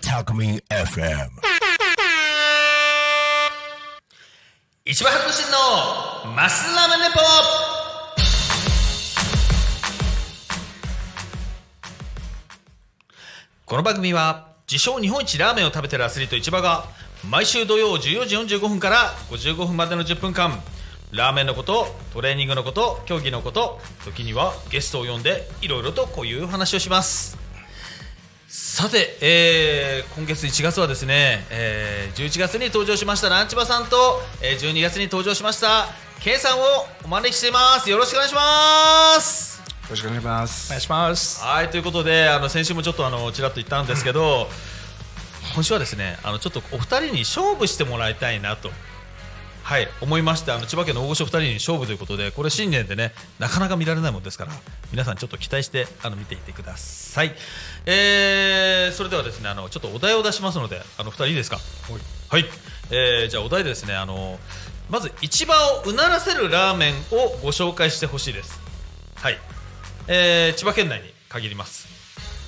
匠 FM 石破博信のマスラマネポこの番組は自称日本一ラーメンを食べてるアスリート市場が毎週土曜14時45分から55分までの10分間ラーメンのことトレーニングのこと競技のこと時にはゲストを呼んでいろいろとこういう話をしますさて、えー今月1月はですね、えー11月に登場しましたランチバさんと、えー12月に登場しました K さんをお招きしていますよろしくお願いしますよろしくお願いします。お願いします。はいということであの先週もちょっとあのちらっと言ったんですけ ど今週はですねあのちょっとお二人に勝負してもらいたいなと。はい思いましてあの千葉県の大御所2人に勝負ということでこれ新年でねなかなか見られないものですから皆さんちょっと期待してあの見ていてください、えー、それではですねあのちょっとお題を出しますのであの2人いいですかはい、えーじゃあお題でですねあのまず市場をうならせるラーメンをご紹介してほしいですはい、えー千葉県内に限ります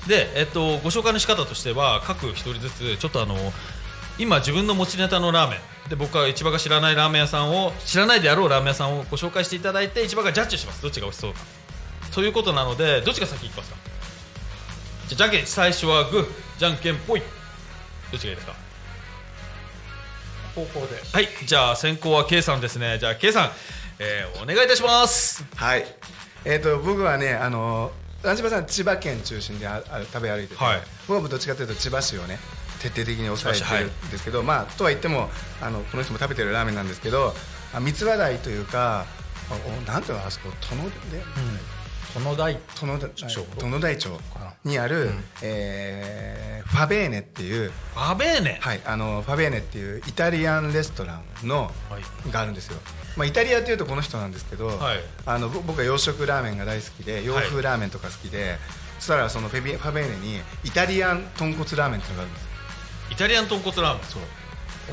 で、えっと、ご紹介の仕方としては各一人ずつちょっとあの今自分の持ちネタのラーメンで僕は市場が知らないラーメン屋さんを知らないであろうラーメン屋さんをご紹介していただいて市場がジャッジしますどっちが美味しそうかということなのでどっちが先行きますかじゃあじゃんけん最初はグーじゃんけんぽいどっちがいいですか方向で。はいじゃあ先行は K さんですねじゃあ K さん、えーお願いいたしますはい。えっ、と僕はねあのランジバさん千葉県中心でああ食べ歩いてて、はい僕はどっちかというと千葉市をね徹底的に抑えてるんですけど、まあとは言ってもあのこの人も食べてるラーメンなんですけど、あ三つ葉台というか、あおなんていうのあそこ殿で。この台。殿田町殿台町にある、えーファベーネっていう、ファベーネはい、あのファベーネっていうイタリアンレストランのはいがあるんですよ、まあ、イタリアというとこの人なんですけど、はいあのぼ僕は洋食ラーメンが大好きで洋風ラーメンとか好きで、そしたらそのフェビファベーネにイタリアン豚骨ラーメンっていうのがあるんですよイタリアン豚骨ラーメンそう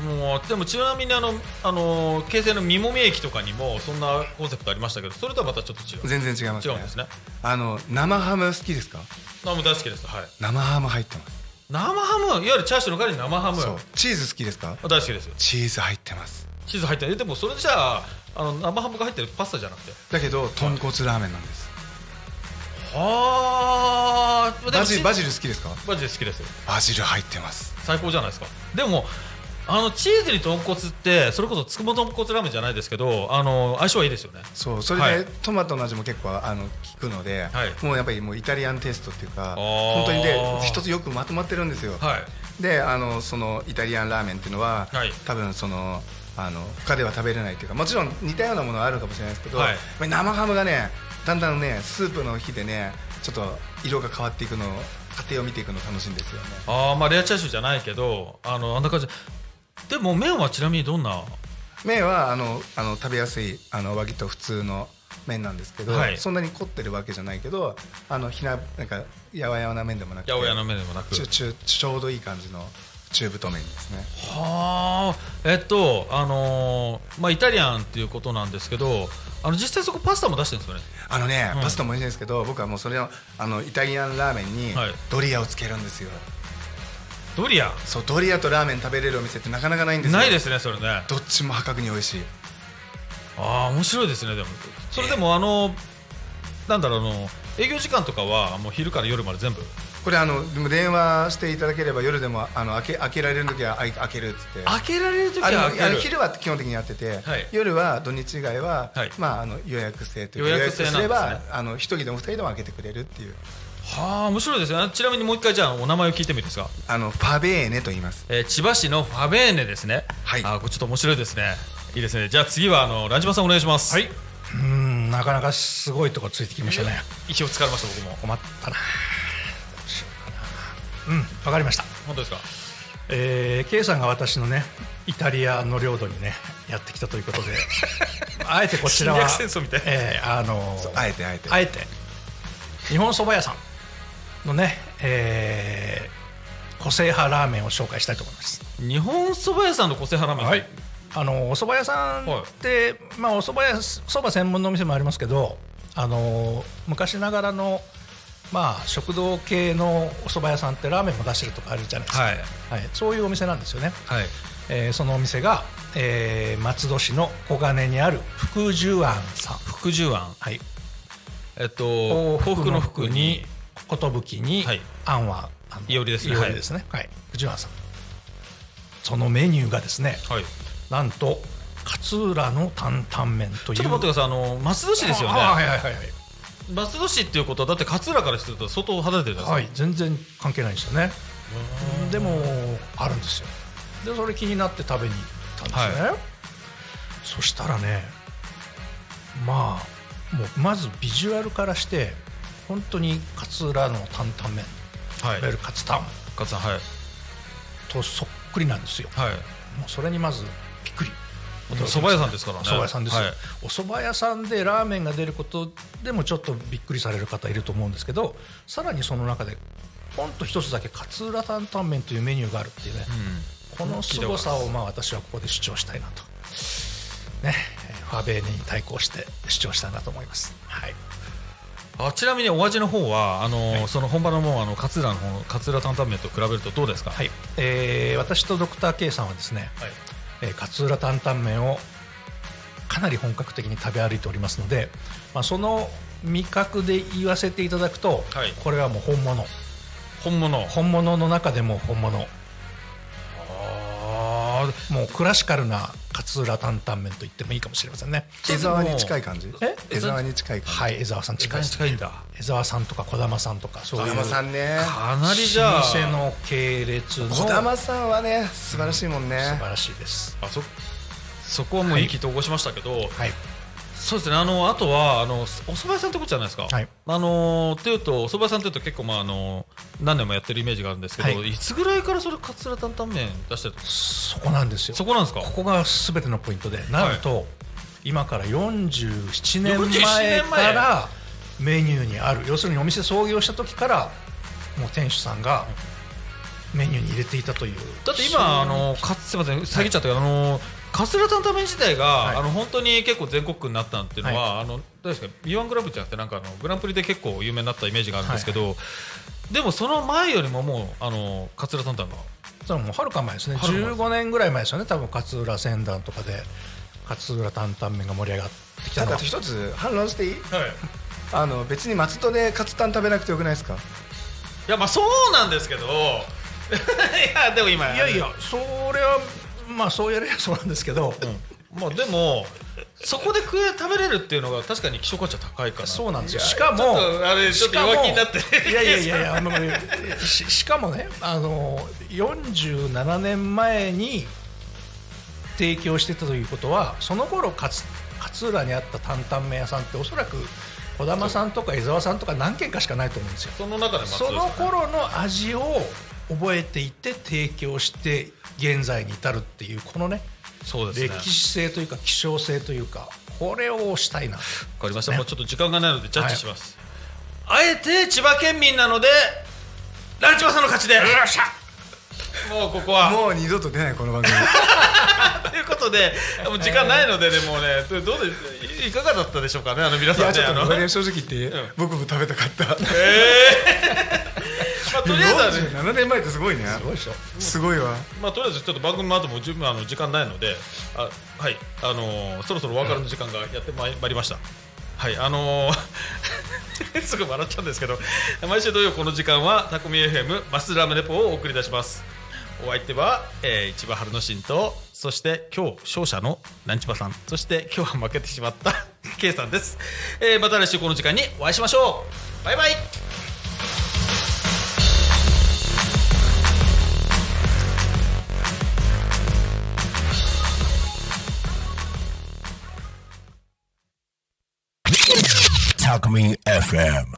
もうでもちなみにあの、あの京成の三もみ駅とかにもそんなコンセプトありましたけどそれとはまたちょっと違う全然違いますね違うんですねあの生ハム好きですかあもう大好きですはい生ハム入ってます生ハムいわゆるチャーシューの代わりに生ハムそうチーズ好きですかあ大好きですチーズ入ってますチーズ入ってるでもそれじゃああの生ハムが入ってるパスタじゃなくてだけど豚骨ラーメンなんですはあバジルバジジル好きですかバジル好きですバジル入ってます最高じゃないですかでもあのチーズに豚骨ってそれこそつくも豚骨ラーメンじゃないですけどあの相性はいいですよねそうそれで、はいトマトの味も結構あの効くので、はいもうやっぱりもうイタリアンテイストっていうかあー本当にで一つよくまとまってるんですよ、はいであのそのイタリアンラーメンっていうのは、はい多分そのあの他では食べれないっていうかもちろん似たようなものはあるかもしれないですけど、はいやっぱり生ハムがねだんだんねスープの火でねちょっと色が変わっていくのを過程を見ていくの楽しいんですよねあーまあレアチャーシューじゃないけどあのあんな感じでも麺はちなみにどんな麺はあのあの食べやすいあの割と普通の麺なんですけど、はいそんなに凝ってるわけじゃないけどあのひななんかやわやわな麺でもなくて八百屋の麺でもなくちゅちゅちょうどいい感じの中太麺ですねはあえっとあのーまあイタリアンっていうことなんですけどあの実際そこパスタも出してるんですよねあのね、うんパスタも美味しいんですけど僕はもうそれのあのイタリアンラーメンにはいドリアをつけるんですよ、ドリアそうドリアとラーメン食べれるお店ってなかなかないんですよないですねそれねどっちも破格に美味しいああ面白いですねでもそれでもあのなんだろうあの営業時間とかはもう昼から夜まで全部これあのでも電話していただければ夜でもあの開け開けられる時はあい開けるっつって開けられる時あのは開あのける昼は基本的にやってて、はい夜は土日以外は、はいまあ、あの予約制というか予約制なんですね予約すればあの一人でも二人でも開けてくれるっていうはあ面白いですねちなみにもう一回じゃあお名前を聞いてもいいですかあのファベーネと言いますえー千葉市のファベーネですね。はいあー、これちょっと面白いですね。いいですね。じゃあ次はあのランジマさんお願いします。はい。うん、なかなかすごいとこついてきましたね。息をつかれました僕も。困ったな。どうしようかな。うん、わかりました。本当ですか。えー、K さんが私のね、イタリアの領土にね、やってきたということ で、あえてこちらは、侵略戦争みたいえーあのーそうあえてあえてあえて、日本そば屋さんのね、えー個性派ラーメンを紹介したいと思います。日本蕎麦屋さんの個性派ラーメン。。あのお蕎麦屋さんって、まあお蕎麦屋蕎麦専門のお店もありますけど、あの昔ながらのまあ、食堂系のお蕎麦屋さんってラーメンも出してるとかあるじゃないですか、はいはいそういうお店なんですよね、はいえーそのお店が、えー松戸市の小金にある福寿庵さん、福寿庵はい、えっと幸福の福に寿にはい庵はあのいおりですねいおりですねはい福寿庵さんそのメニューがですねはいなんと勝浦の担々麺というちょっと待ってくださいあの松戸市ですよああはねいはいはいはい松戸市っていうことはだって勝浦からすると相当離れてるじゃなはいい、全然関係ないんですよねでもあるんですよでそれ気になって食べに行ったんですね、そしたらねまあもうまずビジュアルからして本当に勝浦の担々麺いですかはいわゆるカツタン勝さんはいとそっくりなんですよはいもうそれにまずびっくりもう蕎麦屋さんですからねお蕎麦屋さんですよ、はいお蕎麦屋さんでラーメンが出ることでもちょっとびっくりされる方いると思うんですけどさらにその中でポンと一つだけ勝浦担々麺というメニューがあるっていうね、この凄さをまあ私はここで主張したいなとねえーファベーネに対抗して主張したいなと思いますはいあちなみにお味の方はあの、その本場のもうあの勝浦の方勝浦担々麺と比べるとどうですかはいえー私とドクター K さんはですね、はいえー勝浦担々麺をかなり本格的に食べ歩いておりますので、まあ、その味覚で言わせていただくと、はいこれはもう本物本物本物の中でも本物あーもうクラシカルな勝浦担々麺と言ってもいいかもしれませんね江沢に近い感じえ江沢に近い感じはい江沢さん近いです近いんだ江沢さんとか児玉さんとかそういう児玉さんねかなりじゃあ老舗の系列の児玉さんはね素晴らしいもんね素晴らしいですあそそこはもう意気投合しましたけど、はいそうですねあのあとはあのお蕎麦屋さんってことじゃないですか、はいあのっていうとお蕎麦屋さんっていうと結構、まあ、あの何年もやってるイメージがあるんですけど、はいい、つぐらいからそれ勝浦担々麺出してるそこなんですよそこなんですかここが全てのポイントでなんと、今から47年前47からメニューにある要するにお店創業した時からもう店主さんがメニューに入れていたというだって今あのかすいません下げちゃったけど、あの勝浦担々麺自体が、いあの本当に結構全国区になったっていうのは、あのどうですか B1 グランプリじゃなくてなんかあのグランプリで結構有名になったイメージがあるんですけど、でもその前よりももうあの勝浦担々がそれはもうはるか前ですねはるか前15年ぐらい前ですよね多分勝浦船団とかで勝浦担々麺が盛り上がってきたたのだは一つ反論していいはいあの別に松戸でカツタン食べなくてよくないですかいやまあそうなんですけど いやでも今いやいやそれはまあそうやればそうなんですけど、まあでもそこで食え食べれるっていうのが確かに希少価値は高いかなそううなんですよいやしかもちょっとあれちょっと弱気になってしかもいやいやいやいやあのししかもねあの47年前に提供してたということはその頃勝勝浦にあった担々麺屋さんっておそらく児玉さんとか江沢さんとか何軒かしかないと思うんですよその中でまあその頃の味を覚えていて提供して現在に至るっていうこのねそうですね歴史性というか希少性というかこれを推したいなわかりました、ねもうちょっと時間がないのでジャッジします、あえて千葉県民なのでランチマさんの勝ちでもうここはもう二度と出ないこの番組ということでもう時間ないのでね、もうねどどうでいかがだったでしょうかねあの皆いさやんちねょあっとのこれ正直言って、ん僕も食べたかった まあとりあえずはね47年前ってすごいねすごいでしょすごいわまあ、とりあえずちょっと番組の後も十分あの時間ないので、あはい、あのーそろそろお別れの時間がやってまいまいりました。はい、あのー すぐ笑っちゃうんですけど、毎週土曜この時間はタコミ FM マスラムレポをお送り出します。お相手は、えー、千葉春之進と、そして今日勝者のランチバさん、そして今日は負けてしまった K さんです。えーまた来週この時間にお会いしましょう。バイバイ。 Talk Me FM.